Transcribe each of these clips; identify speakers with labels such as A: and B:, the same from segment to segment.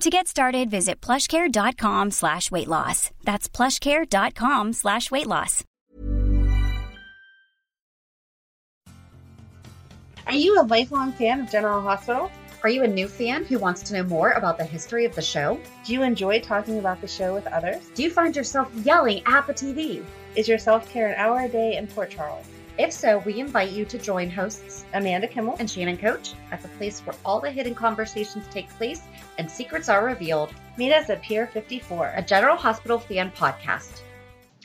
A: To get started, visit plushcare.com slash weight loss. That's plushcare.com slash weight loss.
B: Are you a lifelong fan of General Hospital?
C: Are you a new fan who wants to know more about the history of the show?
B: Do you enjoy talking about the show with others?
C: Do you find yourself yelling at the TV?
B: Is your self care an hour a day in Port Charles?
C: If so, we invite you to join hosts
B: Amanda Kimmel,
C: and Shannon Coach at the place where all the hidden conversations take place and secrets are revealed,
B: meet us at Pier 54.
C: a General Hospital fan podcast.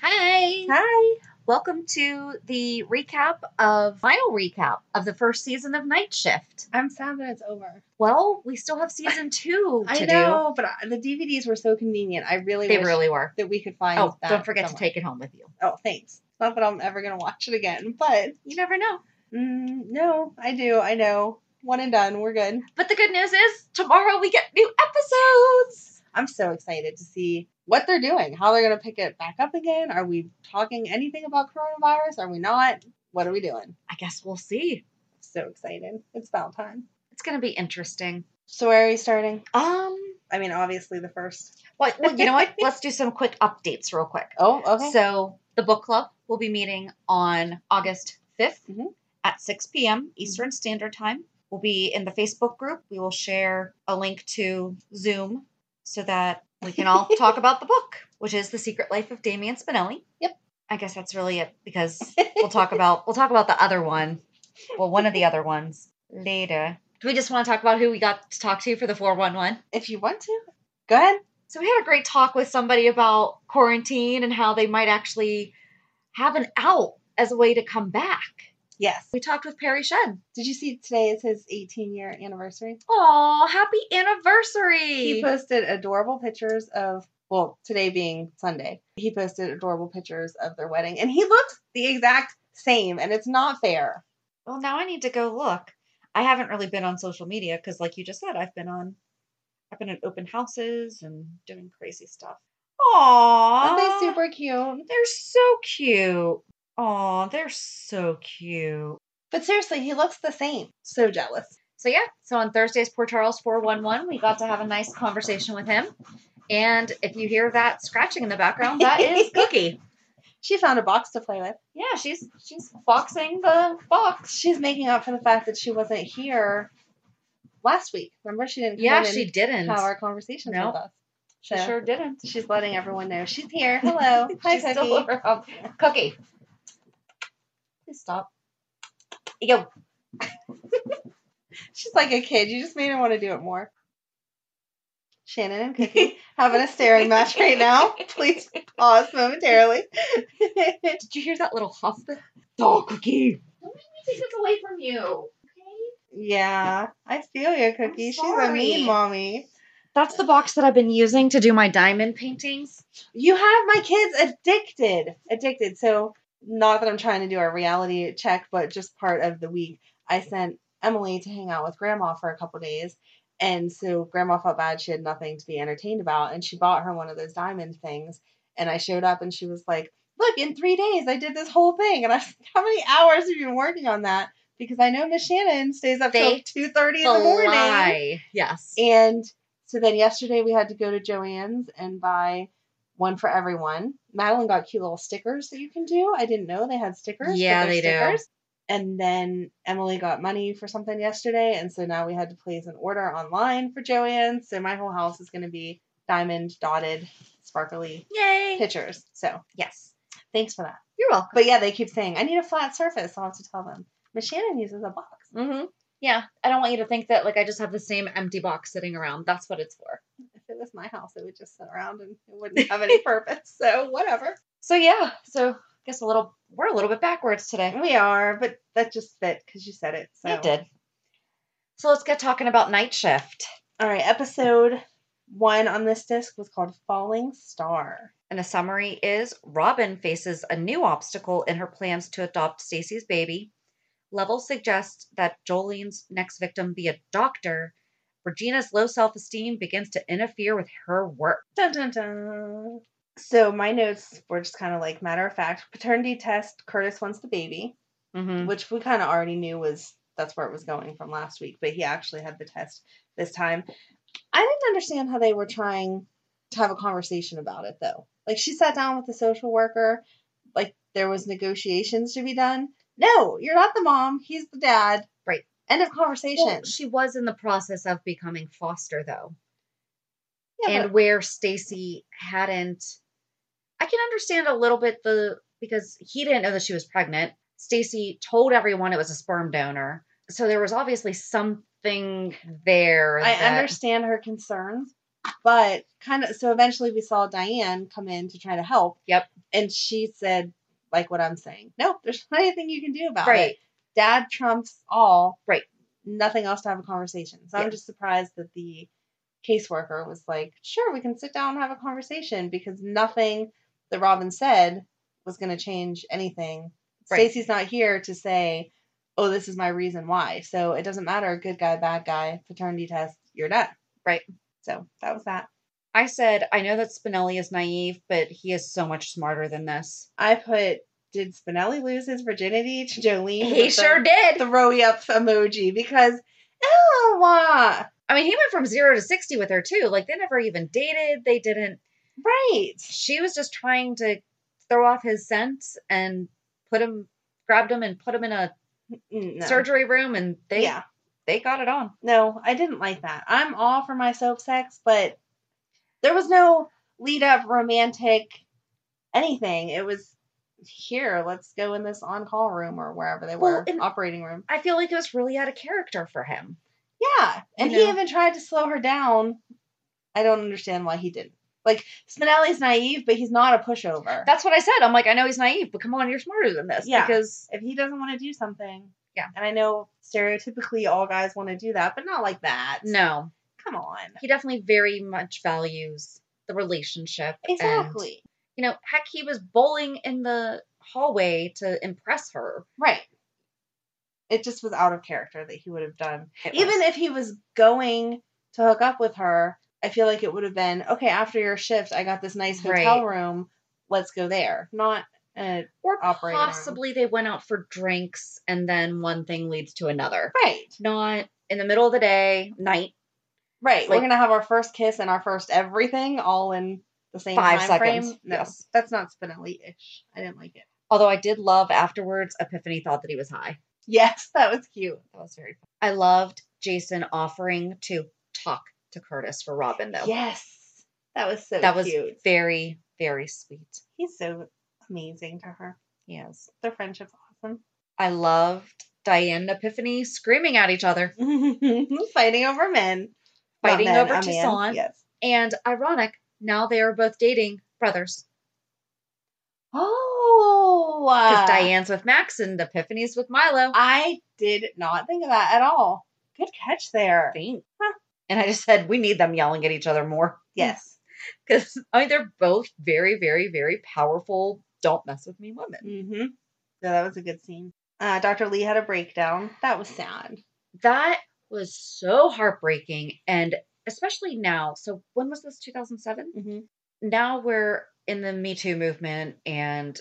C: Hi!
B: Hi!
C: Welcome to the recap of final recap of the first season of Night Shift.
B: I'm sad that it's over.
C: Well, we still have season two to
B: I know, but I- the DVDs were so convenient. I
C: do.
B: really
C: They
B: wish
C: really were.
B: that we could find
C: Oh,
B: that.
C: don't forget to
B: somewhere.
C: take it home with you.
B: Oh, thanks. Not that I'm ever going to watch it again, but
C: You never know.
B: mm, no, I do. I know. One and done. We're good.
C: But the good news is tomorrow we get new episodes.
B: I'm so excited to see what they're doing, how they're going to pick it back up again. Are we talking anything about coronavirus? Are we not? What are we doing?
C: I guess we'll see.
B: So excited. It's about time.
C: It's gonna be interesting.
B: So where are we starting?
C: Um,
B: I mean, obviously the first.
C: well, well, you know what? Let's do some quick updates real quick.
B: Oh, okay.
C: So the book club will be meeting on August 5th
B: Mhm.
C: at 6 p.m. Eastern Standard Time. We'll be in the Facebook group. We will share a link to Zoom so that we can all talk about the book, which is The Secret Life of Damian Spinelli.
B: Yep.
C: I guess that's really it because we'll talk about we'll talk about the other one. Well, one of the other ones later. Do we just want to talk about who we got to talk to for the 411?
B: if you want to, go ahead.
C: So we had a great talk with somebody about quarantine and how they might actually have an out as a way to come back.
B: Yes.
C: We talked with Perry Shen.
B: Did you see today is his 18 year anniversary?
C: Oh, happy anniversary!
B: He posted adorable pictures of, well, today being Sunday, he posted adorable pictures of their wedding and he looks the exact same and it's not fair.
C: well, now I need to go look. I haven't really been on social media because, like you just said, I've been on, I've been at open houses and doing crazy stuff. Aww,
B: Aren't they super cute?
C: They're so cute. Aw, they're so cute.
B: But seriously, he looks the same. So jealous.
C: So yeah, so on Thursday's Poor Charles 411, we got to have a nice conversation with him. And if you hear that scratching in the background, that is Cookie.
B: She found a box to play with.
C: Yeah, she's she's boxing the box.
B: She's making up for the fact that she wasn't here last week. Remember, she didn't. come
C: Yeah,
B: in
C: she
B: and
C: didn't.
B: Have our conversations
C: Nope.
B: with us.
C: She
B: So,
C: sure didn't.
B: She's letting everyone know she's here. Hello, hi,
C: She's
B: Cookie.
C: still around. Cookie. Please stop. Yo.
B: She's like a kid. You just made her want to do it more. Shannon and Cookie having a staring match right now. Please pause momentarily.
C: Did you hear that little huff? Oh, Cookie. Don't make me take this away from you. Okay.
B: yeah, I feel you, Cookie. She's a
C: sorry.
B: mean mommy.
C: That's the box that I've been using to do my diamond paintings.
B: You have my kids addicted. Addicted. So, not that I'm trying to do a reality check, but just part of the week, I sent Emily to hang out with grandma for a couple days. And so, grandma felt bad she had nothing to be entertained about. And she bought her one of those diamond things. And I showed up and she was like, look, in three days I did this whole thing, and I how many hours have you been working on that? Because I know Miss Shannon stays up
C: They
B: till two thirty in the morning.
C: July. Yes.
B: And so then yesterday we had to go to Joanne's and buy one for everyone. Madeline got cute little stickers that you can do. I didn't know they had stickers. but
C: Yeah,
B: they're
C: they do.
B: stickers. And then Emily got money for something yesterday, and so now we had to place an order online for Joanne's. So my whole house is going to be diamond dotted, sparkly
C: Yay.
B: pictures. So
C: Yes.
B: thanks for that.
C: You're welcome.
B: But yeah, they keep saying I need a flat surface. I'll have to tell them. Miss Shannon uses a box.
C: Mm-hmm. Yeah. I don't want you to think that like I just have the same empty box sitting around. That's what it's for.
B: If it was my house, it would just sit around and it wouldn't have any purpose. So whatever.
C: So yeah. So I guess a little we're a little bit backwards today.
B: We are, but that just fit because you said it. So
C: I did. So let's get talking about night shift.
B: All right, episode one on this disc was called "Falling Star."
C: And the summary is Robin faces a new obstacle in her plans to adopt Stacy's baby. Level suggests that Jolene's next victim be a doctor. Regina's low self esteem begins to interfere with her work.
B: Dun dun dun. So my notes were just kind of like matter of fact. Paternity test. Curtis wants the baby,
C: Mm-hmm.
B: which we kind of already knew was that's where it was going from last week. But he actually had the test this time. I didn't understand how they were trying to have a conversation about it though. Like she sat down with the social worker, like there was negotiations to be done. No, you're not the mom. He's the dad.
C: Right.
B: End of conversation.
C: Well, she was in the process of becoming foster, though,
B: yeah,
C: and where Stacy hadn't. I can understand a little bit the because he didn't know that she was pregnant. Stacy told everyone it was a sperm donor, so there was obviously something there.
B: but I
C: that-
B: understand her concerns, but kind of so eventually we saw Diane come in to try to help.
C: Yep.
B: And she said like what I'm saying. Nope, there's not anything you can do about
C: Right.
B: it. Dad trumps all.
C: Right.
B: Nothing else to have a conversation. So
C: Yeah.
B: I'm just surprised that the caseworker was like, sure, we can sit down and have a conversation because nothing that Robin said was going to change anything.
C: Right.
B: Stacy's not here to say, oh, this is my reason why. So it doesn't matter, good guy, bad guy, paternity test, you're done.
C: Right.
B: So that was that.
C: I said, I know that Spinelli is naive, but he is so much smarter than this.
B: I put, did Spinelli lose his virginity to Jolene?
C: He
B: with the
C: sure did.
B: Throwy up emoji because, oh, uh,
C: I mean, he went from zero to 60 with her, too. Like, they never even dated. They didn't.
B: right.
C: She was just trying to throw off his scent and put him, grabbed him and put him in a
B: Mm, No.
C: surgery room, and they
B: yeah.
C: they got it on.
B: No, I didn't like that. I'm all for my soap sex, but there was no lead up romantic anything. It was here, let's go in this on call room or wherever they
C: Well,
B: were,
C: and-
B: operating room.
C: I feel like it was really out of character for him.
B: Yeah. And
C: know.
B: he even tried to slow her down. I don't understand why he didn't. Like, Spinelli's naive, but he's not a pushover.
C: That's what I said. I'm like, I know he's naive, but come on, you're smarter than this.
B: Yeah.
C: Because,
B: if he doesn't want to do something.
C: Yeah.
B: And I know stereotypically all guys want to do that, but not like that.
C: no,
B: Come on.
C: he definitely very much values the relationship. and-
B: Exactly.
C: you know, heck, he was bowling in the hallway to impress her.
B: Right. It just was out of character that he would have done.
C: Even
B: Even if he was going to hook up with her, I feel like it would have been okay after your shift. I got this nice hotel room. Let's go there. Not uh,
C: or
B: operating room.
C: possibly they went out for drinks and then one thing leads to another.
B: right,
C: Not in the middle of the day, night,
B: right.
C: Like-
B: We're gonna have our first kiss and our first everything all in the same
C: Five
B: time
C: seconds,
B: frame. No,
C: yes.
B: that's not Spinelli ish. I didn't like it.
C: Although I did love afterwards, Epiphany thought that he was high.
B: Yes, that was cute.
C: That was very fun. I loved Jason offering to talk to Curtis for Robin, though.
B: Yes, that was so
C: that was
B: cute.
C: very, very sweet.
B: He's so amazing to her.
C: Yes.
B: Their friendship's awesome.
C: I loved Diane and Epiphany screaming at each other.
B: Fighting over men. Not
C: Fighting
B: men,
C: over
B: a man,
C: Toussaint.
B: Yes.
C: And ironic, now they are both dating brothers.
B: Oh.
C: Because
B: uh,
C: Diane's with Max and Epiphany's with Milo.
B: I did not think of that at all. Good catch there.
C: think. And I just said, we need them yelling at each other more.
B: Yes.
C: Because, I mean, they're both very, very, very powerful, don't mess with me women.
B: Mm-hmm. So that was a good scene. Uh, Dr. Lee had a breakdown. That was sad.
C: That was so heartbreaking. And especially now. So, when was this? 2007?
B: Mm-hmm.
C: Now we're in the Me Too movement, and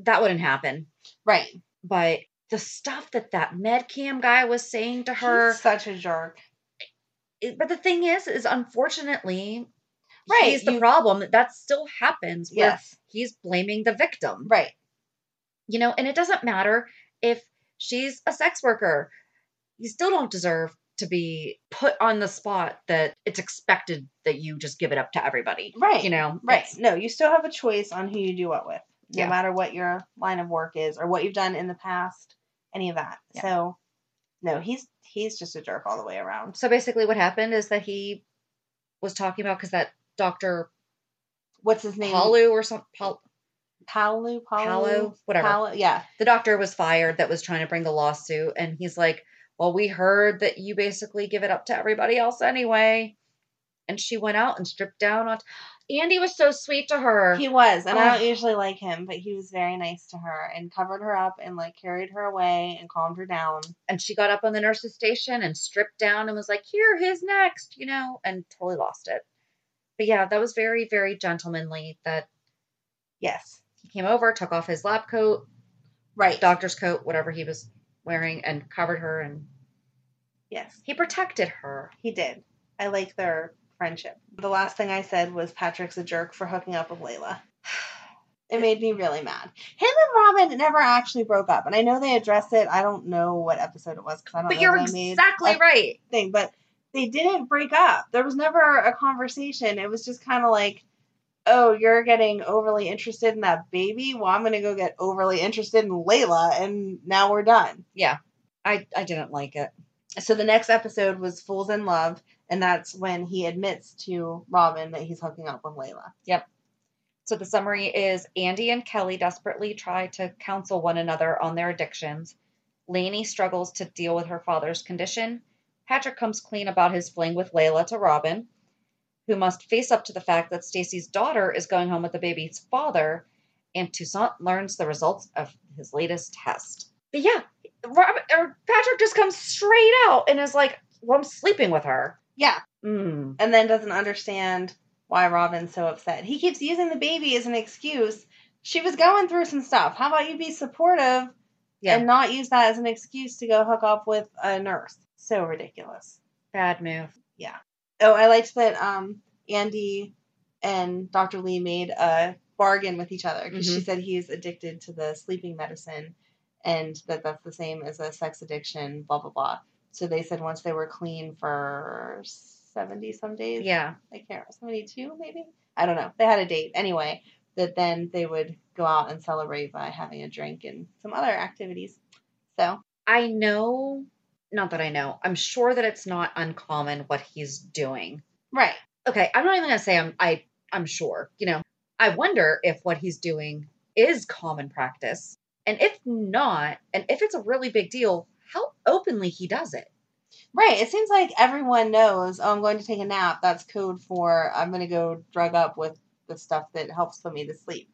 C: that wouldn't happen.
B: Right.
C: But the stuff that that MedCam guy was saying to her,
B: He's such a jerk.
C: it- but the thing is, is unfortunately,
B: Right,
C: he's the
B: you-
C: problem. That still happens. Where
B: Yes.
C: he's blaming the victim,
B: Right.
C: you know, and it doesn't matter if she's a sex worker. You still don't deserve to be put on the spot that it's expected that you just give it up to everybody.
B: Right.
C: You know,
B: Right.
C: It's-
B: No, you still have a choice on who you do what with, no
C: Yeah.
B: matter what your line of work is or what you've done in the past, any of that.
C: Yeah.
B: So, no, he's he's just a jerk all the way around.
C: So basically, what happened is that he was talking about because that doctor
B: What's his name?
C: Palu or something, Pal-
B: Palu. Palu.
C: Palu, whatever.
B: Palu- yeah.
C: the doctor was fired that was trying to bring the lawsuit, and he's like, "Well, we heard that you basically give it up to everybody else anyway." And she went out and stripped down on. Andy was so sweet to her.
B: He was, and I
C: Ugh.
B: don't usually like him, but he was very nice to her and covered her up and like carried her away and calmed her down.
C: and she got up on the nurse's station and stripped down and was like, "Here, his next," you know, and totally lost it. But yeah, that was very, very gentlemanly. That
B: Yes.
C: he came over, took off his lab coat,
B: Right.
C: doctor's coat, whatever he was wearing, and covered her, and
B: Yes.
C: he protected her.
B: He did. I like their friendship. The last thing I said was Patrick's a jerk for hooking up with Layla. It made me really mad. Him and Robin never actually broke up, and I know they addressed it. I don't know what episode it was because I don't.
C: But
B: know
C: you're
B: that I made
C: exactly
B: a
C: right.
B: Thing, but they didn't break up. There was never a conversation. It was just kind of like, "Oh, you're getting overly interested in that baby. Well, I'm gonna go get overly interested in Layla, and now we're done."
C: I I didn't like it.
B: So the next episode was Fools in Love, and that's when he admits to Robin that he's hooking up with Layla.
C: So the summary is Andy and Kelly desperately try to counsel one another on their addictions. Lainey struggles to deal with her father's condition. Patrick comes clean about his fling with Layla to Robin, who must face up to the fact that Stacy's daughter is going home with the baby's father, and Toussaint learns the results of his latest test. But yeah, Robin, or Patrick just comes straight out and is like, "Well, I'm sleeping with her."
B: Yeah.
C: Mm.
B: And then doesn't understand why Robin's so upset. He keeps using the baby as an excuse. She was going through some stuff. How about you be supportive
C: Yeah,
B: and not use that as an excuse to go hook up with a nurse? So ridiculous.
C: bad move.
B: Oh, I liked that um, Andy and Dr. Lee made a bargain with each other because she said he's addicted to the sleeping medicine and that that's the same as a sex addiction, blah, blah, blah. So they said once they were clean for 70 some days,
C: Yeah,
B: I can't remember, 72 maybe? I don't know. They had a date anyway, that then they would go out and celebrate by having a drink and some other activities. So,
C: I know, not that I know, I'm sure that it's not uncommon what he's doing.
B: right.
C: Okay, I'm not even gonna say I'm I I'm sure. You know, I wonder if what he's doing is common practice, and if not, and if it's a really big deal, how openly he does it.
B: Right. It seems like everyone knows, oh, I'm going to take a nap. That's code for I'm going to go drug up with the stuff that helps put me to sleep.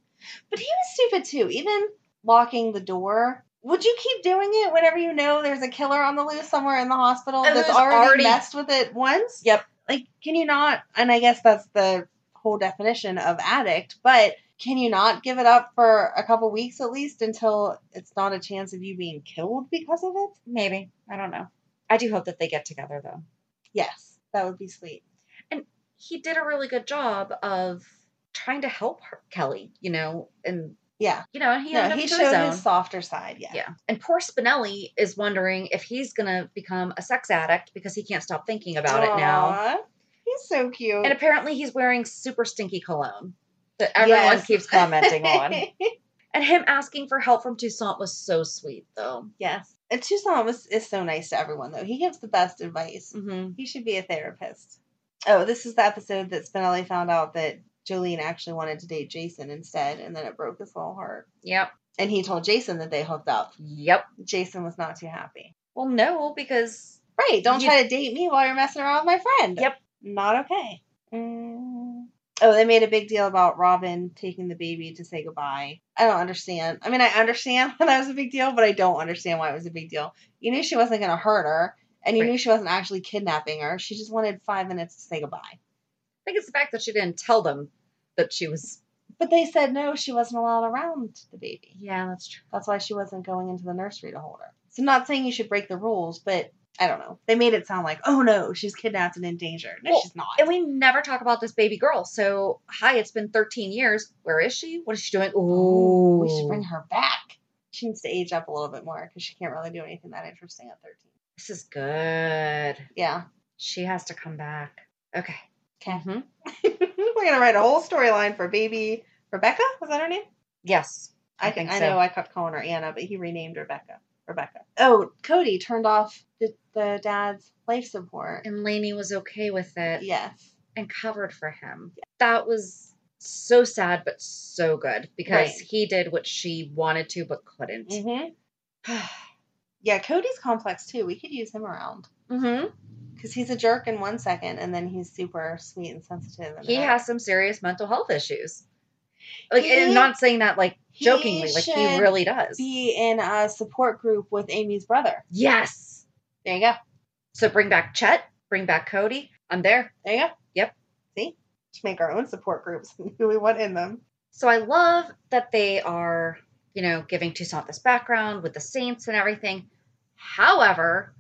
B: But he was stupid too. Even locking the door. Would you keep doing it whenever you know there's a killer on the loose somewhere in the hospital
C: And
B: that's
C: who's
B: already,
C: already-
B: messed with it once?
C: Yep.
B: Like, can you not? And I guess that's the whole definition of addict, but can you not give it up for a couple weeks at least until it's not a chance of you being killed because of it?
C: Maybe I don't know. I do hope that they get together though.
B: Yes, that would be sweet.
C: He did a really good job of trying to help her, Kelly. You know, and
B: Yeah.
C: you know, he
B: No,
C: owned up
B: he
C: to
B: showed
C: his own.
B: his softer side. Yeah.
C: Yeah. And poor Spinelli is wondering if he's going to become a sex addict because he can't stop thinking about it now.
B: Aw, He's so cute.
C: And apparently he's wearing super stinky cologne that everyone
B: Yes.
C: keeps commenting on. And him asking for help from Toussaint was so sweet, though.
B: yes. And Tucson was, is so nice to everyone, though. He gives the best advice.
C: Mm-hmm.
B: He should be a therapist. Oh, this is the episode that Spinelli found out that Jolene actually wanted to date Jason instead, and then it broke his little heart.
C: Yep.
B: And he told Jason that they hooked up.
C: Yep.
B: Jason was not too happy.
C: Well, no, because
B: Right. Don't
C: You-
B: try to date me while you're messing around with my friend.
C: Yep.
B: Not okay. Mm. Oh, they made a big deal about Robin taking the baby to say goodbye. I don't understand. I mean, I understand why that was a big deal, but I don't understand why it was a big deal. You knew she wasn't going to hurt her, and you
C: Right.
B: knew she wasn't actually kidnapping her. She just wanted five minutes to say goodbye.
C: I think it's the fact that she didn't tell them that she was
B: But they said no, she wasn't allowed around the baby.
C: Yeah, that's true.
B: That's why she wasn't going into the nursery to hold her. So, not saying you should break the rules, but I don't know. They made it sound like, oh no, she's kidnapped and endangered. No,
C: Well,
B: she's not.
C: And we never talk about this baby girl. So, hi, it's been 13 years. Where is she? What is she doing?
B: Ooh,
C: Ooh.
B: Oh, we should bring her back. She needs to age up a little bit more because she can't really do anything that interesting at 13.
C: This is good.
B: Yeah.
C: She has to come back. Okay. Mm-hmm.
B: Okay. We're gonna write a whole storyline for baby Rebecca. Was that her name?
C: Yes.
B: I,
C: I
B: think
C: think
B: I
C: so.
B: know I kept calling her Anna, but he renamed Rebecca. Rebecca. Oh, Cody turned off the, the dad's life support.
C: And Lainey was okay with it
B: Yes.
C: and covered for him. That was so sad, but so good because
B: Right.
C: he did what she wanted to but couldn't.
B: Mm-hmm. Yeah, Cody's complex too. We could use him around
C: mm-hmm.
B: because he's a jerk in one second, and then he's super sweet and sensitive. in
C: He
B: another.
C: has some serious mental health issues. Like,
B: He-
C: and I'm not saying that like
B: he
C: jokingly, like he
B: should
C: really does.
B: be in a support group with Amy's brother.
C: yes.
B: There you go.
C: So bring back Chet, bring back Cody. I'm there.
B: There you go.
C: Yep.
B: See, to make our own support groups, who we want in them.
C: So I love that they are, you know, giving Toussaint this background with the saints and everything. However,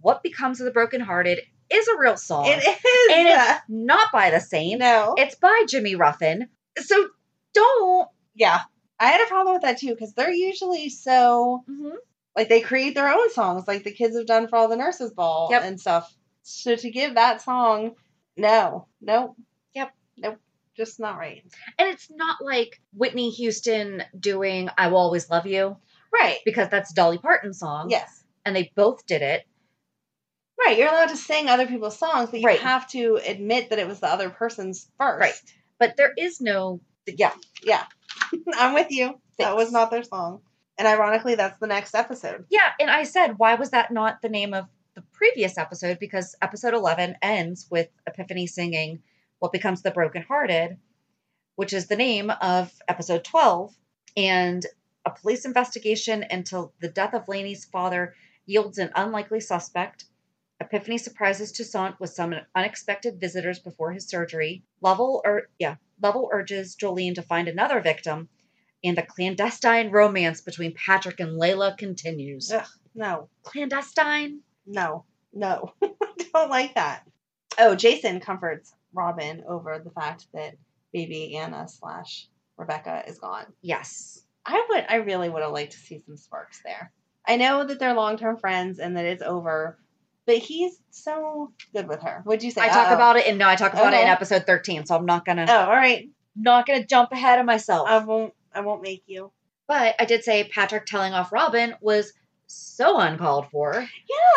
C: what becomes of the brokenhearted is a real song.
B: It is.
C: And
B: yeah.
C: it's not by the saints.
B: no.
C: It's by Jimmy Ruffin. So don't
B: yeah. I had a problem with that too because they're usually so like they create their own songs, like the kids have done for all the nurses' ball
C: Yep.
B: and stuff. So to give that song, no, nope,
C: Yep.
B: nope, just not right.
C: and it's not like Whitney Houston doing I Will Always Love You
B: Right.
C: because that's Dolly Parton's song.
B: Yes.
C: And they both did it.
B: Right. You're allowed to sing other people's songs, but you
C: Right.
B: have to admit that it was the other person's first.
C: Right. But there is no yeah.
B: Yeah. I'm with you. That
C: Thanks.
B: was not their song. And ironically, that's the next episode.
C: Yeah, and I said, why was that not the name of the previous episode? Because episode 11 ends with Epiphany singing What Becomes the Brokenhearted, which is the name of episode 12. And a police investigation into the death of Laney's father yields an unlikely suspect. Epiphany surprises Toussaint with some unexpected visitors before his surgery. Lovell, or yeah, Lovell urges Jolene to find another victim, and the clandestine romance between Patrick and Layla continues
B: No,
C: clandestine.
B: no, no. Don't like that. Oh, Jason comforts Robin over the fact that baby Anna slash Rebecca is gone.
C: Yes.
B: I would, I really would have liked to see some sparks there. I know that they're long term friends and that it's over, but he's so good with her. Would you say?
C: I talk
B: Uh-oh.
C: about it and no, I talk about it in
B: Okay.
C: episode 13, so I'm not gonna
B: Oh, all right.
C: not gonna jump ahead of myself.
B: I won't. I won't make you.
C: but I did say Patrick telling off Robin was so uncalled for.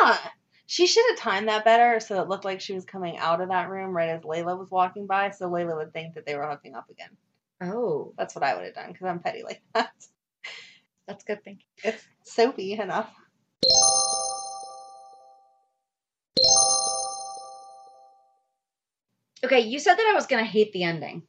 B: Yeah. She should have timed that better so it looked like she was coming out of that room right as Layla was walking by, so Layla would think that they were hooking up again.
C: Oh,
B: That's what I would have done because I'm petty like that.
C: that's good thinking.
B: It's soapy enough.
C: Okay, you said that I was gonna hate the ending.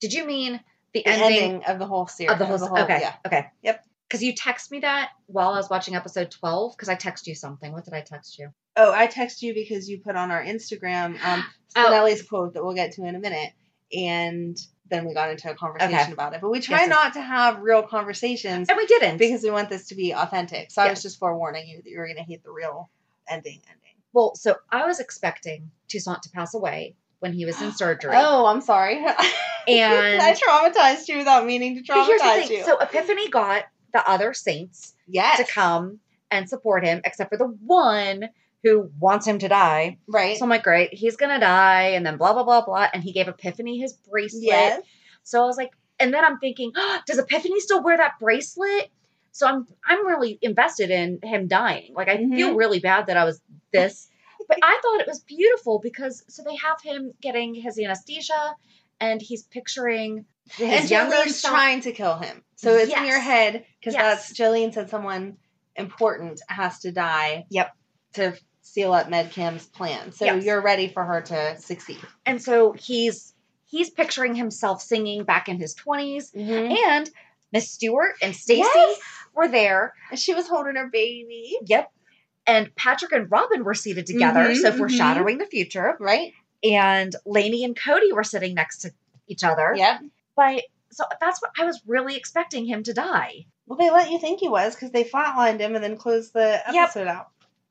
C: Did you mean the,
B: The
C: ending,
B: ending of the whole series.
C: of the whole? okay,
B: Yeah.
C: okay,
B: Yep.
C: Because you text me that while I was watching episode 12. Because I text you something. What did I text you?
B: Oh, I text you because you put on our Instagram um,
C: Oh.
B: Spinelli's quote that we'll get to in a minute. And then we got into a conversation
C: Okay.
B: about it. But we try
C: Yes, yes.
B: not to have real conversations
C: And we didn't.
B: because we want this to be authentic. So I
C: Yeah.
B: was just forewarning you that you were going to hate the real ending ending.
C: well, so I was expecting Toussaint to pass away when he was in surgery.
B: Oh, I'm sorry.
C: And-
B: I traumatized you without meaning to
C: But here's the
B: traumatize
C: thing.
B: you.
C: So Epiphany got the other saints
B: yes,
C: to come and support him, except for the one who wants him to die.
B: right?
C: So I'm like, great, he's gonna die, and then blah blah blah blah. And he gave Epiphany his bracelet.
B: yes,
C: So I was like, and then I'm thinking, does Epiphany still wear that bracelet? So I'm I'm really invested in him dying. Like I feel really bad that I was this, but I thought it was beautiful because so they have him getting his anesthesia, and he's picturing his
B: and
C: younger
B: Jolene's
C: self.
B: trying to kill him. So it's in
C: Yes.
B: your head because
C: Yes.
B: that's Jolene said someone important has to die.
C: Yep.
B: To seal up MedCam's plan, so
C: Yes.
B: you're ready for her to succeed.
C: and so he's he's picturing himself singing back in his 20s and miss stewart and stacy
B: Yes.
C: were there
B: And she was holding her baby,
C: yep and patrick and robin were seated together
B: Mhm,
C: so
B: mhm.
C: foreshadowing the future
B: right?
C: and laney and cody were sitting next to each other
B: Yep.
C: but So that's what I was really expecting him to die.
B: Well, they let you think he was because they flatlined him and then closed the
C: Yep.
B: episode out.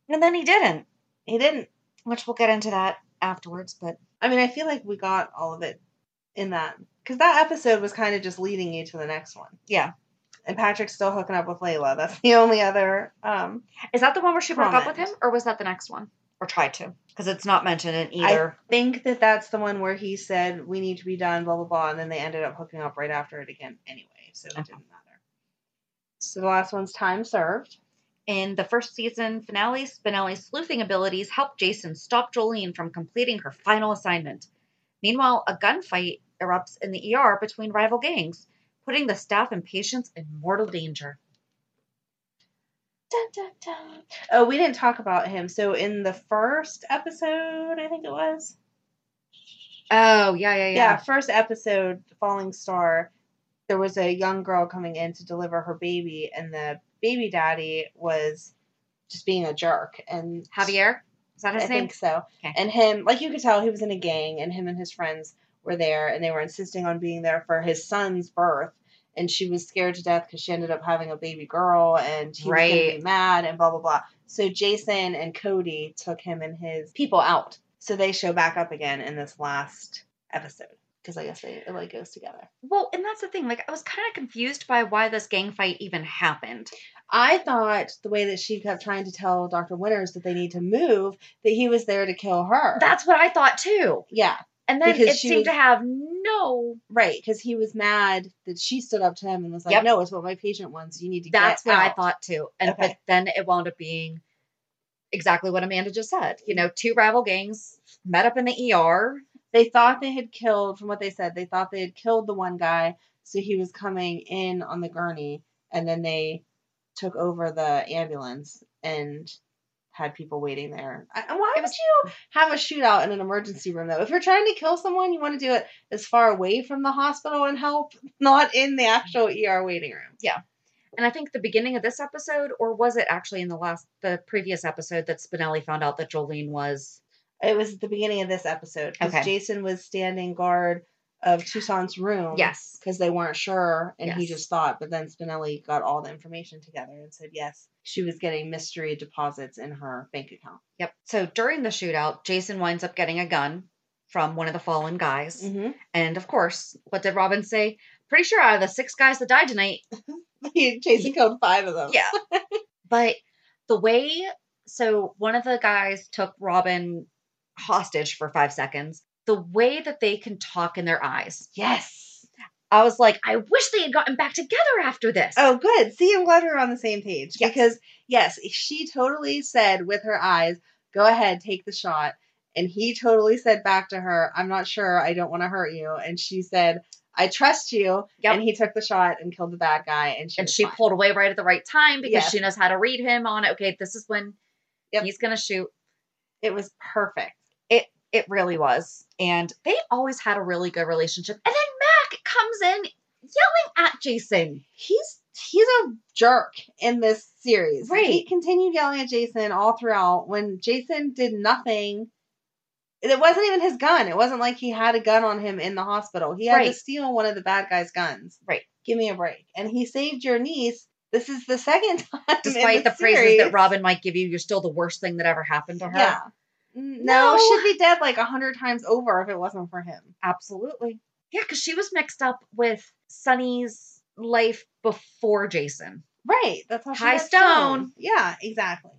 C: And then he didn't,
B: He didn't.
C: which we'll get into that afterwards, but
B: I mean, I feel like we got all of it in that because that episode was kind of just leading you to the next one.
C: yeah.
B: And Patrick's still hooking up with Layla. That's the only other. Um,
C: Is that the one where she broke up with him
B: Comment.
C: or was that the next one? Or tried to? Because it's not mentioned in
B: I
C: either.
B: think that that's the one where he said we need to be done, blah blah blah, and then they ended up hooking up right after it again anyway, so it
C: Okay.
B: didn't matter. So the last one's time served.
C: In the first season finale, Spinelli's sleuthing abilities help Jason stop Jolene from completing her final assignment. Meanwhile, a gunfight erupts in the ER between rival gangs, putting the staff and patients in mortal danger.
B: Dun, dun, dun. Oh, we didn't talk about him. So in the first episode, I think it was.
C: Oh, yeah, yeah, yeah.
B: Yeah, first episode, Falling Star, there was a young girl coming in to deliver her baby, and the baby daddy was just being a jerk. And
C: Javier? Is that his
B: I
C: name?
B: think so.
C: Okay.
B: And him, like you could tell, he was in a gang, and him and his friends were there, and they were insisting on being there for his son's birth. And she was scared to death because she ended up having a baby girl, and he was going to
C: Right.
B: be mad, and blah blah blah. So Jason and Cody took him and his people out. So they show back up again in this last episode because I guess they it like goes together.
C: Well, and that's the thing. Like, I was kind of confused by why this gang fight even happened.
B: I thought the way that she kept trying to tell Doctor Winters that they need to move, that he was there to kill her.
C: That's what I thought too.
B: yeah.
C: And then
B: Because
C: it
B: she
C: seemed
B: was-
C: to have no.
B: Right, because he was mad that she stood up to him and was like,
C: Yep.
B: "No, it's what my patient wants. You need to
C: That's
B: get
C: what I
B: out."
C: thought too. And
B: Okay.
C: but then it wound up being exactly what Amanda just said. You know, two rival gangs met up in the ER.
B: They thought they had killed, from what they said, they thought they had killed the one guy, so he was coming in on the gurney, and then they took over the ambulance and had people waiting there. I, and why
C: It
B: would
C: was-
B: you have a shootout in an emergency room though? If you're trying to kill someone, you want to do it as far away from the hospital and help, not in the actual ER waiting room.
C: And I think the beginning of this episode, or was it actually in the last, the previous episode that Spinelli found out that Jolene was?
B: It was at the beginning of this episode because
C: Okay.
B: Jason was standing guard of Tucson's room.
C: Yes.
B: Because they weren't sure and he
C: Yes.
B: just thought, but then Spinelli got all the information together and said, yes, she was getting mystery deposits in her bank account.
C: Yep. So during the shootout, Jason winds up getting a gun from one of the fallen guys.
B: Mm-hmm.
C: And of course, what did Robin say? Pretty sure out of the six guys that died tonight,
B: Jason killed five of them.
C: yeah. but the way, so one of the guys took Robin hostage for five seconds. The way that they can talk in their eyes,
B: Yes.
C: I was like, I wish they had gotten back together after this.
B: Oh, good. See, I'm glad we're on the same page
C: Yes.
B: because, yes, she totally said with her eyes, go ahead, take the shot. And he totally said back to her, I'm not sure. I don't want to hurt you. And she said, I trust you.
C: Yep.
B: And he took the shot and killed the bad guy. And she,
C: and
B: was
C: she
B: fine.
C: pulled away right at the right time because
B: Yes.
C: she knows how to read him on. Okay, this is when
B: Yep.
C: he's gonna shoot.
B: It was perfect.
C: It it really was, and they always had a really good relationship. And then Mac comes in yelling at Jason.
B: He's he's a jerk in this series. He
C: Right.
B: continued yelling at Jason all throughout when Jason did nothing. It wasn't even his gun. It wasn't like he had a gun on him in the hospital. He had to
C: Right.
B: steal one of the bad guy's guns.
C: Right.
B: Give me a break. And he saved your niece. This is the second time.
C: Despite
B: in
C: the,
B: the,
C: praises
B: series.
C: that Robin might give you, you're still the worst thing that ever happened to her.
B: Yeah. No,
C: No.
B: she'd be dead like a hundred times over if it wasn't for him.
C: Absolutely. Yeah, because she was mixed up with Sunny's life before Jason.
B: Right. That's how she
C: High
B: got
C: stone.
B: stoned. Yeah, exactly.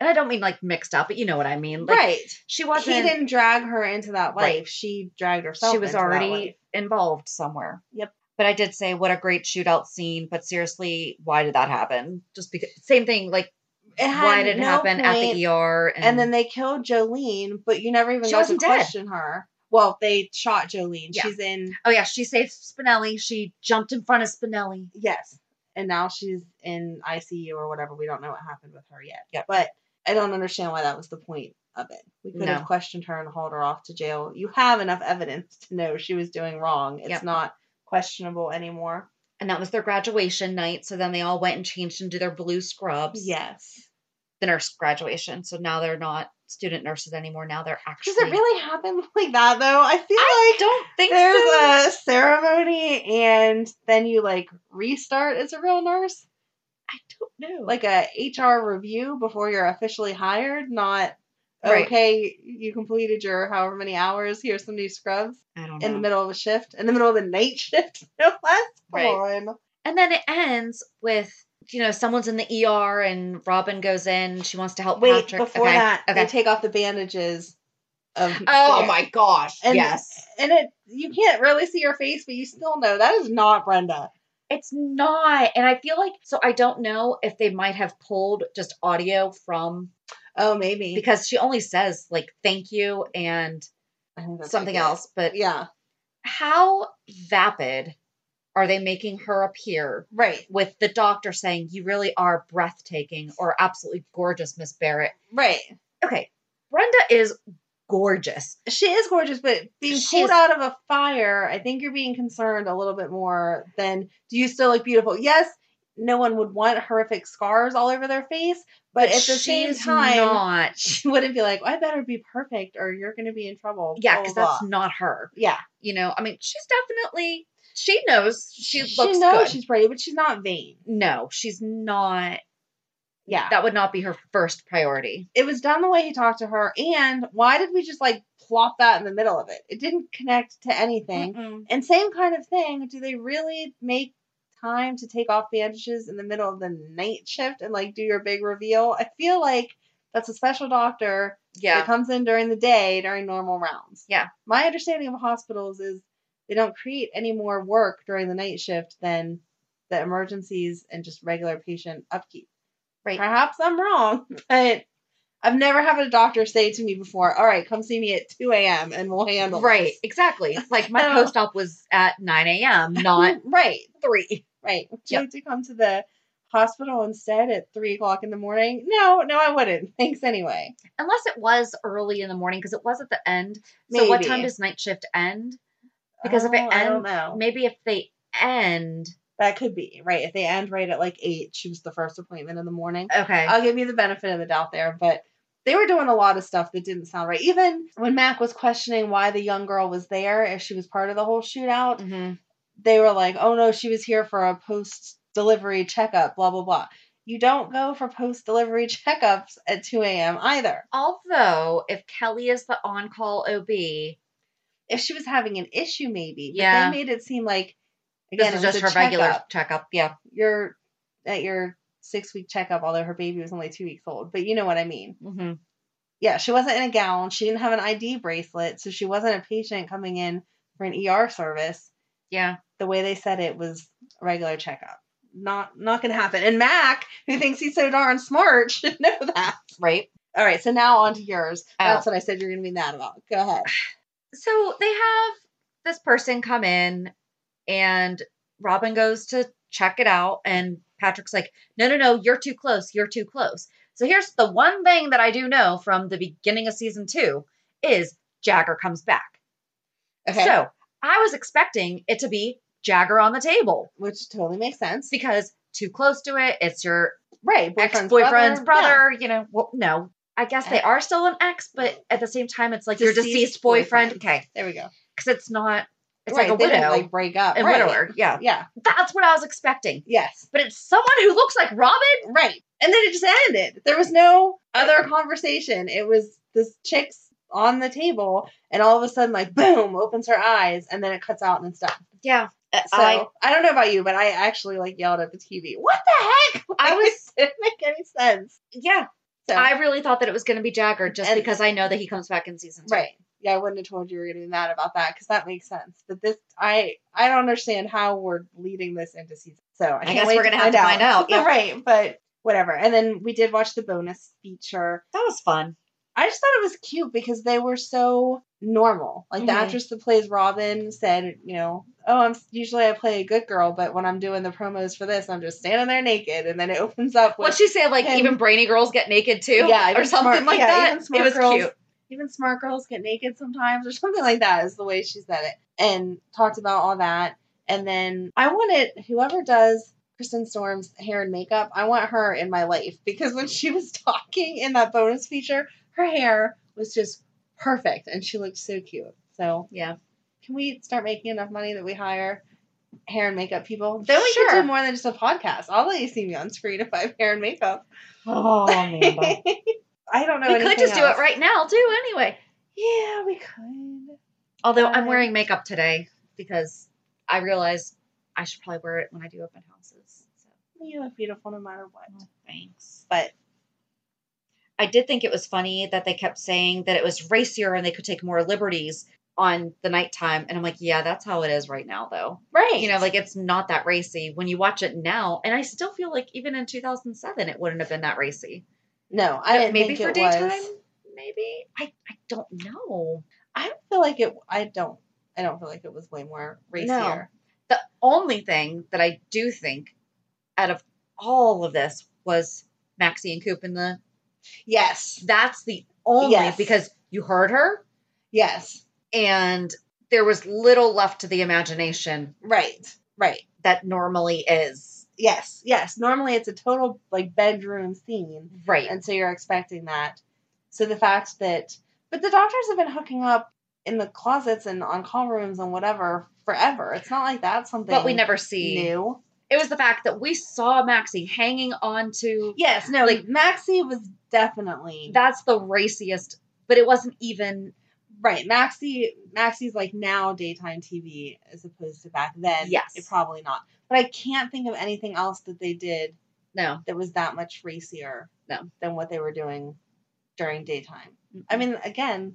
C: And I don't mean like mixed up, but you know what I mean. Like,
B: right.
C: She wasn't.
B: he didn't drag her into that life.
C: Right.
B: She dragged herself.
C: she was
B: into that
C: already
B: life.
C: involved somewhere.
B: Yep.
C: But I did say, what a great shootout scene. But seriously, why did that happen? Just because, same thing, like,
B: It had
C: why did it
B: no
C: happen at
B: point-
C: the ER? And,
B: And then they killed Jolene, but you never even
C: She
B: got to
C: wasn't dead.
B: question her. Well, they shot Jolene.
C: Yeah.
B: She's in
C: oh, yeah, she saved Spinelli. She jumped in front of Spinelli.
B: yes, and now she's in ICU or whatever. We don't know what happened with her yet.
C: Yep.
B: But I don't understand why that was the point of it. We could
C: No.
B: have questioned her and hauled her off to jail. You have enough evidence to know she was doing wrong. It's
C: Yep.
B: not questionable anymore.
C: And that was their graduation night. So then they all went and changed into their blue scrubs.
B: Yes.
C: the nurse graduation. So now they're not student nurses anymore. Now they're actually.
B: Does it really happen like that though? I feel
C: I
B: like
C: don't think so.
B: there's a ceremony and then you like restart as a real nurse,
C: I don't know.
B: like a HR review before you're officially hired, not
C: Right.
B: okay, you completed your however many hours, here's some new scrubs
C: I don't
B: in
C: know.
B: the middle of a shift, in the middle of the night shift. No less. Come
C: Right.
B: on.
C: And then it ends with you know someone's in the ER and Robin goes in. She wants to help
B: Wait,
C: Patrick.
B: before
C: okay.
B: that,
C: okay.
B: they take off the bandages of
C: oh my gosh!
B: And-
C: yes,
B: and it you can't really see her face, but you still know that is not Brenda.
C: it's not. And I feel like so I don't know if they might have pulled just audio from
B: Oh, maybe
C: because she only says like thank you and
B: I think that's
C: something
B: like it.
C: else. But
B: Yeah,
C: how vapid are they making her appear?
B: right,
C: With the doctor saying, You really are breathtaking or absolutely gorgeous, Miss Barrett.
B: right.
C: Okay, Brenda is gorgeous.
B: She is gorgeous, but being
C: She
B: pulled
C: is-
B: out of a fire, I think you're being concerned a little bit more than do you still look beautiful? Yes, no one would want horrific scars all over their face, but, at the same
C: she's
B: time,
C: not.
B: she wouldn't be like, I better be perfect or you're going to be in trouble.
C: Yeah,
B: blah,
C: because
B: blah,
C: that's
B: blah.
C: not her.
B: yeah.
C: You know, I mean, she's definitely. She knows she looks
B: knows
C: good.
B: she's pretty, but she's not vain.
C: no, she's not.
B: Yeah.
C: That would not be her first priority.
B: it was done the way he talked to her and why did we just like plop that in the middle of it it didn't connect to anything and same kind of thing do they really make time to take off bandages in the middle of the night shift and like do your big reveal i feel like that's a special doctor that
C: Yeah.
B: comes in during the day during normal rounds
C: Yeah.
B: my understanding of hospitals is they don't create any more work during the night shift than the emergencies and just regular patient upkeep
C: Right.
B: Perhaps I'm wrong, but I've never had a doctor say to me before, all right, come see me at 2 a.m. and we'll handle
C: Right.
B: this."
C: Exactly. It's like my
B: Oh.
C: post op was at 9 a.m., not
B: Right,
C: 3.
B: right. Would you
C: Yep.
B: like to come to the hospital instead at 3 o'clock in the morning? No, no, I wouldn't. Thanks anyway.
C: Unless it was early in the morning because it was at the end. So, what time
B: Maybe.
C: does night shift end? Because if it
B: Oh, I don't
C: ends-
B: know.
C: Maybe if they end.
B: That could be, right? If they end right at like 8, she was the first appointment in the morning.
C: Okay.
B: I'll give you the benefit of the doubt there, but they were doing a lot of stuff that didn't sound right. Even when Mac was questioning why the young girl was there, if she was part of the whole shootout,
C: hmm
B: they were like, oh no, she was here for a post delivery checkup, blah, blah, blah. You don't go for post delivery checkups at 2 a.m. either.
C: Although, if Kelly is the on call OB,
B: If she was having an issue, maybe. But
C: Yeah.
B: They made it seem like, again,
C: This is
B: it was
C: just
B: a
C: her regular
B: checkup.
C: checkup. Yeah.
B: You're at your six week checkup, although her baby was only two weeks old. But you know what I mean.
C: Mm-hmm.
B: Yeah, she wasn't in a gown. She didn't have an ID bracelet. So she wasn't a patient coming in for an ER service.
C: Yeah.
B: the way they said it was a regular checkup. Not not gonna happen. And Mac, who thinks he's so darn smart, should know that.
C: Right.
B: All right, so now on to yours. That's
C: Oh.
B: what I said you're gonna be mad about. Go ahead.
C: So they have this person come in, and Robin goes to check it out. And Patrick's like, no, no, no, you're too close. You're too close. So here's the one thing that I do know from the beginning of season two is Jagger comes back.
B: Okay.
C: So I was expecting it to be Jagger on the table
B: Which totally makes sense.
C: because too close to it. It's your
B: Right.
C: ex
B: boyfriend's
C: boyfriend's
B: yeah.
C: brother, you know, well, no. I guess they are still an ex, but at the same time, it's like your
B: Uh, Deceased
C: deceased boyfriend.
B: boyfriend.
C: Okay.
B: There we go.
C: Because it's not, it's
B: Right,
C: like a
B: they didn't,
C: widow.
B: like break up.
C: a
B: right.
C: widower. Yeah.
B: Yeah.
C: That's what I was expecting.
B: Yes.
C: But it's someone who looks like Robin.
B: Right. And then it just ended. There was no other conversation. It was this chick's on the table and all of a sudden like boom opens her eyes and then it cuts out and it's done.
C: Yeah.
B: So I, don't know about you, but I actually like yelled at the TV. What the heck?
C: I
B: Like,
C: was-
B: it didn't make any sense.
C: yeah.
B: So
C: I really thought that it was going to be Jagger just
B: And-
C: because I know that he comes back in season two.
B: right, yeah, I wouldn't have told you you were gonna be mad about that because that makes sense. But this, I I don't understand how we're leading this into season. So I, can't
C: guess
B: wait
C: we're gonna have to find out, yeah.
B: right, but whatever. And then we did watch the bonus feature.
C: That was fun.
B: I just thought it was cute because they were so normal. Like the
C: Mhm.
B: actress that plays Robin said, you know, oh, I'm usually I play a good girl, but when I'm doing the promos for this, I'm just standing there naked, and then it opens up. with
C: What'd she say? Like,
B: him-
C: even brainy girls get naked too?
B: Yeah, even
C: Or something
B: smart-
C: like
B: yeah,
C: that.
B: even smart
C: It was
B: girls-
C: cute.
B: even smart girls get naked sometimes or something like that is the way she said it and talked about all that and then i wanted whoever does Kristen Storm's hair and makeup. I want her in my life because when she was talking in that bonus feature, her hair was just perfect and she looked so cute. So
C: Yeah.
B: can we start making enough money that we hire hair and makeup people? Then we
C: Sure.
B: can do more than just a podcast. I'll let you see me on screen if I have hair and makeup.
C: Oh, Amanda.
B: I don't know.
C: we could
B: anything
C: just do
B: else.
C: it right now too. Anyway,
B: Yeah, we could.
C: although I'm
B: Right.
C: wearing makeup today because I realize I should probably wear it when I do open houses. So
B: You look beautiful no matter what.
C: thanks.
B: But
C: I did think it was funny that they kept saying that it was racier and they could take more liberties on the nighttime, and I'm like, yeah, that's how it is right now, though.
B: right,
C: You know, like it's not that racy when you watch it now, and I still feel like even in 2007, it wouldn't have been that racy.
B: no, I didn't
C: maybe
B: think
C: for
B: it
C: daytime
B: was.
C: maybe I, I don't know
B: I don't feel like it. I don't. I don't feel like it was way more racier.
C: the only thing that i do think out of all of this was maxie and coop in the
B: Yes.
C: that's the only
B: Yes.
C: because you heard her
B: Yes.
C: and there was little left to the imagination
B: Right. Right.
C: that normally is
B: Yes. Yes. Normally, it's a total like bedroom scene.
C: right
B: and so you're expecting that. So the fact that, but the doctors have been hooking up in the closets and on call rooms and whatever forever. It's not like that's something.
C: but we never see
B: knew.
C: it was the fact that we saw maxie hanging on to
B: Yes, no, like Maxie was definitely
C: that's the raciest but it wasn't even
B: right. Maxie, Maxie's like now daytime TV as opposed to back then.
C: Yes.
B: it probably not. But I can't think of anything else that they did
C: no
B: that was that much racier
C: No.
B: than what they were doing during daytime. I mean, again,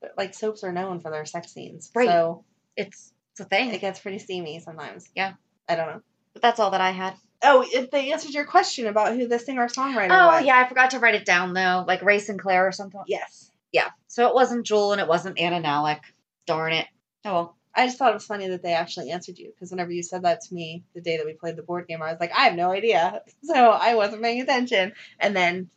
B: but, like soaps are known for their sex scenes,
C: Right.
B: so
C: it's it's a thing
B: it gets pretty steamy sometimes.
C: Yeah.
B: I don't know.
C: But that's all that I had.
B: Oh, if they answered your question about who the singer songwriter
C: Oh
B: was.
C: yeah, I forgot to write it down though, like Ray Sinclair or something.
B: Yes.
C: Yeah. So it wasn't Jewel and it wasn't Anna Nalick. Darn it. Oh well.
B: I just thought it was funny that they actually answered you because whenever you said that to me the day that we played the board game, I was like, I have no idea. So I wasn't paying attention. And then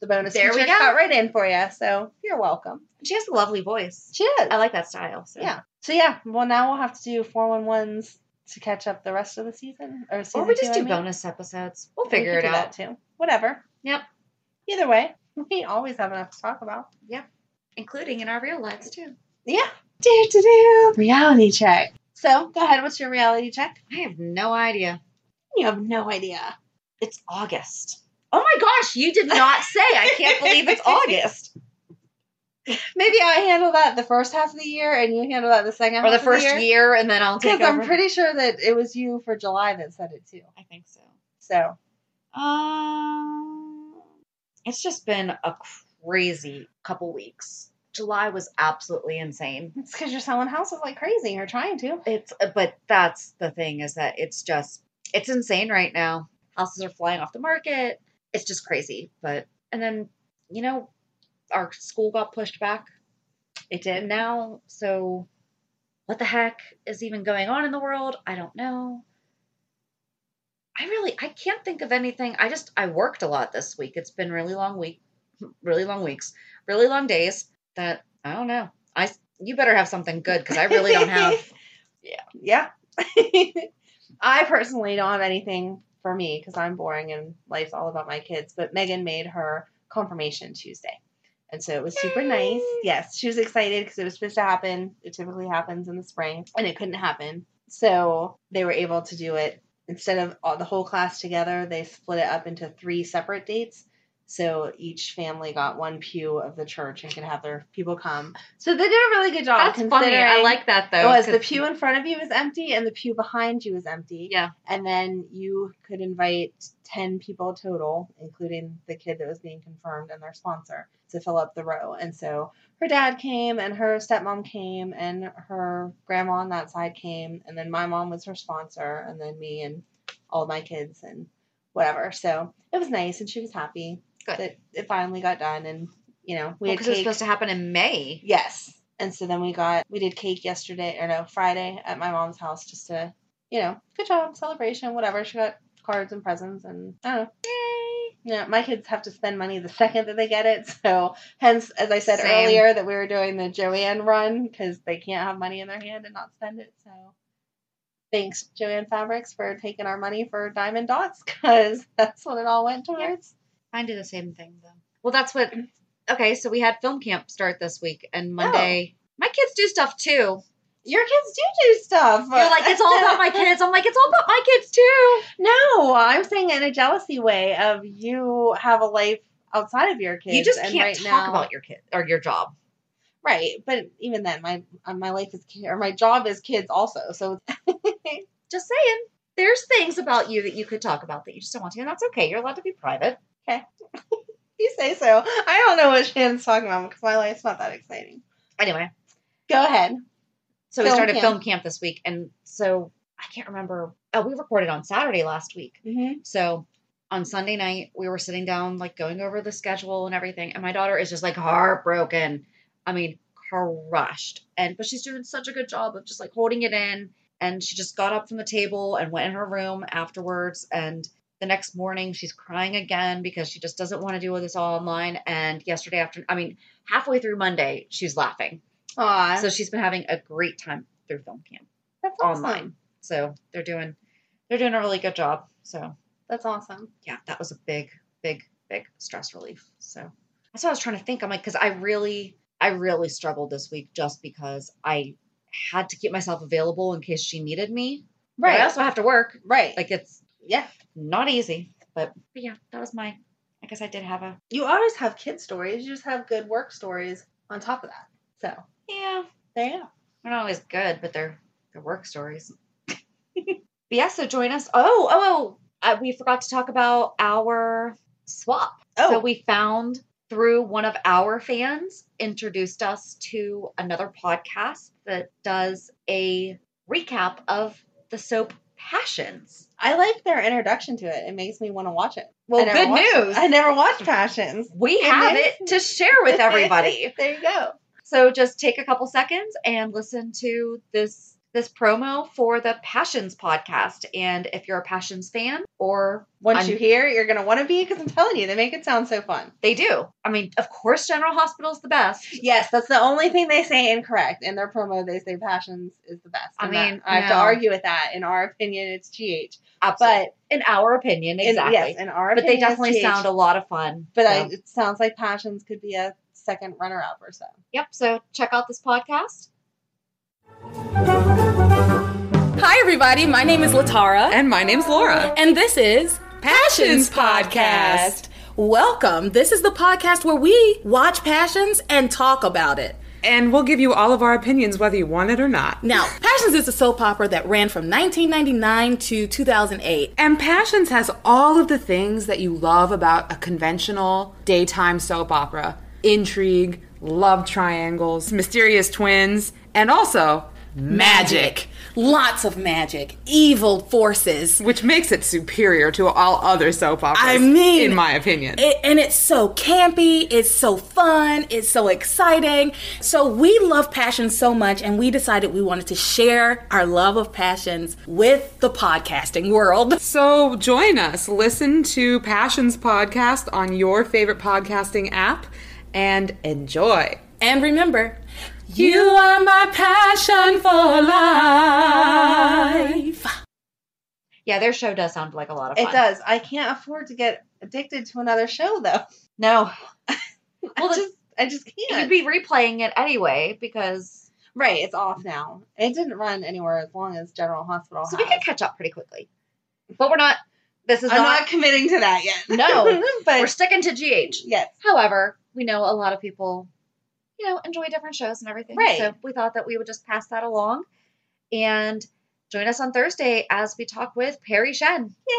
B: the bonus
C: There we
B: feature
C: go.
B: got right in for you. So you're welcome.
C: She has a lovely voice.
B: Cheers.
C: I like that style. So.
B: Yeah. So yeah, well now we'll have to do four one ones to catch up the rest of the season or season
C: Or we
B: two,
C: just
B: I
C: do
B: mean.
C: bonus episodes. We'll
B: We
C: figure
B: could
C: it
B: do that
C: out.
B: too. Whatever.
C: Yep.
B: Either way, we always have enough to talk about.
C: Including in our real lives too.
B: Yeah. Do do do reality check. So go ahead. What's your reality check?
C: I have no idea.
B: You have no idea.
C: It's August. Oh my gosh, you did not say. I can't believe it's August.
B: Maybe I handle that the first half of the year, and you handle that the second
C: Or
B: half
C: the first
B: of
C: year.
B: the year.
C: and then I'll
B: Because
C: take
B: I'm
C: over.
B: pretty sure that it was you for July that said it too.
C: I think so.
B: So
C: Um, it's just been a crazy couple weeks. July was absolutely insane.
B: it's because you're selling houses like crazy or trying to.
C: It's uh, but that's the thing is that it's just it's insane right now. Houses are flying off the market. It's just crazy. But and then you know our school got pushed back. It did now. So what the heck is even going on in the world? I don't know. I really I can't think of anything. I just I worked a lot this week. It's been really long week, really long weeks, really long days. That I don't know. I s- you better have something good because I really don't have.
B: Yeah. I personally don't have anything for me because I'm boring and life's all about my kids. But Megan made her confirmation Tuesday. And so it was super nice. Yes, she was excited because it was supposed to happen. It typically happens in the spring and it couldn't happen. So they were able to do it. Instead of all, the whole class together, they split it up into three separate dates. So each family got one pew of the church and could have their people come. So they did a really good job.
C: That's funny. I
B: considering-
C: like that though.
B: it was the
C: 'cause-
B: pew in front of you was empty and the pew behind you was empty.
C: Yeah.
B: And then you could invite 10 people total, including the kid that was being confirmed and their sponsor, to fill up the row. And so her dad came and her stepmom came and her grandma on that side came. And then my mom was her sponsor and then me and all my kids and whatever. So it was nice and she was happy
C: Good.
B: that it finally got done. And, you know, we
C: Well,
B: had
C: 'cause it was
B: cake.
C: supposed to happen in May.
B: Yes. And so then we got we did cake yesterday or no Friday at my mom's house just to you know good job celebration whatever she got cards and presents and I don't know yeah my kids have to spend money the second that they get it so hence as I said
C: Same.
B: earlier that we were doing the Joanne run because they can't have money in their hand and not spend it so Thanks, Joanne Fabrics, for taking our money for Diamond Dots because that's what it all went towards.
C: I do the same thing though. Well, that's what. Okay, so we had film camp start this week, and Monday my kids do stuff too.
B: Your kids do do stuff.
C: You're like, it's all about my kids. I'm like, it's all about my kids too.
B: No, I'm saying in a jealousy way of you have a life outside of your kids.
C: you just
B: and
C: can't
B: right
C: talk
B: now-
C: about your kid or your job.
B: right. But even then, my uh, my life is ki- or my job is kids also. So
C: Just saying, there's things about you that you could talk about that you just don't want to, and that's okay. You're allowed to be private.
B: you say so. I don't know what Shannon's talking about because my life's not that exciting.
C: Anyway,
B: Go ahead.
C: so we
B: Film
C: started
B: camp.
C: film camp this week, and so I can't remember. Oh, we recorded on Saturday last week.
B: Mm-hmm.
C: So on Sunday night, we were sitting down, like going over the schedule and everything. And my daughter is just like heartbroken. I mean, crushed. And but she's doing such a good job of just like holding it in. And she just got up from the table and went in her room afterwards. And the next morning, she's crying again because she just doesn't want to do this all online. And yesterday afternoon, I mean, halfway through Monday, she's laughing.
B: Aw,
C: So she's been having a great time through film camp
B: that's awesome.
C: online. So they're doing they're doing a really good job. So
B: That's awesome.
C: yeah, that was a big, big, big stress relief. So that's what I was trying to think. I'm like, because I really, I really struggled this week just because I had to keep myself available in case she needed me. But I also have to work.
B: right. Like
C: Like it's
B: yeah.
C: not easy. But, but yeah, that was my. I guess I did have a.
B: You always have kid stories. You just have good work stories on top of that. So
C: Yeah,
B: there you go.
C: they're not always good, but they're they're work stories. but yeah, so join us. Oh, oh, oh! Uh, we forgot to talk about our swap. So
B: Oh.
C: we found through one of our fans introduced us to another podcast that does a recap of the soap Passions.
B: I like their introduction to it. It makes me want to watch it.
C: Well,
B: I never
C: good
B: watched it.
C: news.
B: I never watch Passions.
C: We have
B: Goodness.
C: it to share with everybody.
B: there you go.
C: So just take a couple seconds and listen to this this promo for the Passions podcast. And if you're a Passions fan, or
B: Once
C: I'm-
B: you hear, you're gonna want to be because I'm telling you, they make it sound so fun.
C: they do, I mean, of course, General Hospital's the best.
B: Yes, that's the only thing they say incorrect in their promo. They say Passions is the best.
C: I
B: and that-
C: mean,
B: I have to
C: no.
B: argue with that. In our opinion, it's GH.
C: Absolutely. in our opinion,
B: In-
C: exactly.
B: yes, in our
C: but they
B: opinion, it's
C: definitely
B: GH.
C: sound a lot of fun.
B: But
C: so.
B: I, it sounds like Passions could be a second runner-up or so.
C: yep. So check out this podcast.
D: Hi, everybody. My name is Latara.
E: And my name's Laura.
D: And this is Passions
E: Passions
D: Podcast.
E: Podcast.
D: Welcome. This is the podcast where we watch Passions and talk about it.
E: And we'll give you all of our opinions whether you want it or not.
D: Now, Passions is a soap opera that ran from 1999 to 2008.
E: And Passions has all of the things that you love about a conventional daytime soap opera intrigue, love triangles, mysterious twins, and also magic,
D: Lots of magic, evil forces.
E: which makes it superior to all other soap operas.
D: I mean,
E: in my opinion.
D: It, and it's so campy, it's so fun, it's so exciting. So, we love Passion so much, and we decided we wanted to share our love of Passions with the podcasting world.
E: So join us. Listen to Passions Podcast on your favorite podcasting app and enjoy.
D: And remember, you are my passion for life.
C: Yeah, their show does sound like a lot of fun.
B: It does. I can't afford to get addicted to another show though.
C: No,
B: Well,
C: Well,
B: I
C: the-
B: just I just can't.
C: you'd be replaying it anyway because
B: right, it's off now. It didn't run anywhere as long as General Hospital.
C: so
B: has.
C: we could catch up pretty quickly. But we're not. This is
B: I'm
C: not
B: not, committing to that yet.
C: No.
B: but
C: We're sticking to GH.
B: yes,
C: However, we know a lot of people, you know, enjoy different shows and everything.
B: Right.
C: So we thought that we would just pass that along and join us on Thursday as we talk with Perry Shen.
B: yay!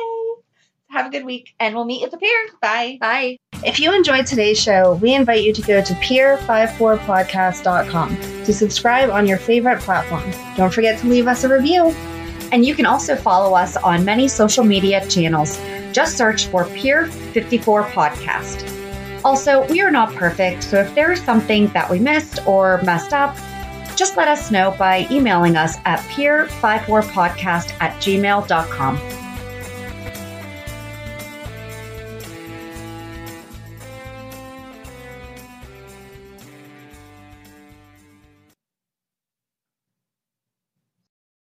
B: Have a good week.
C: And we'll meet at the pier.
B: Bye.
C: Bye.
B: If you enjoyed today's show, we invite you to go to peer54podcast.com to subscribe on your favorite platform. Don't forget to leave us a review.
C: And you can also follow us on many social media channels. Just search for Peer 54 Podcast. Also, we are not perfect, so if there is something that we missed or messed up, just let us know by emailing us at peer54podcast at gmail.com.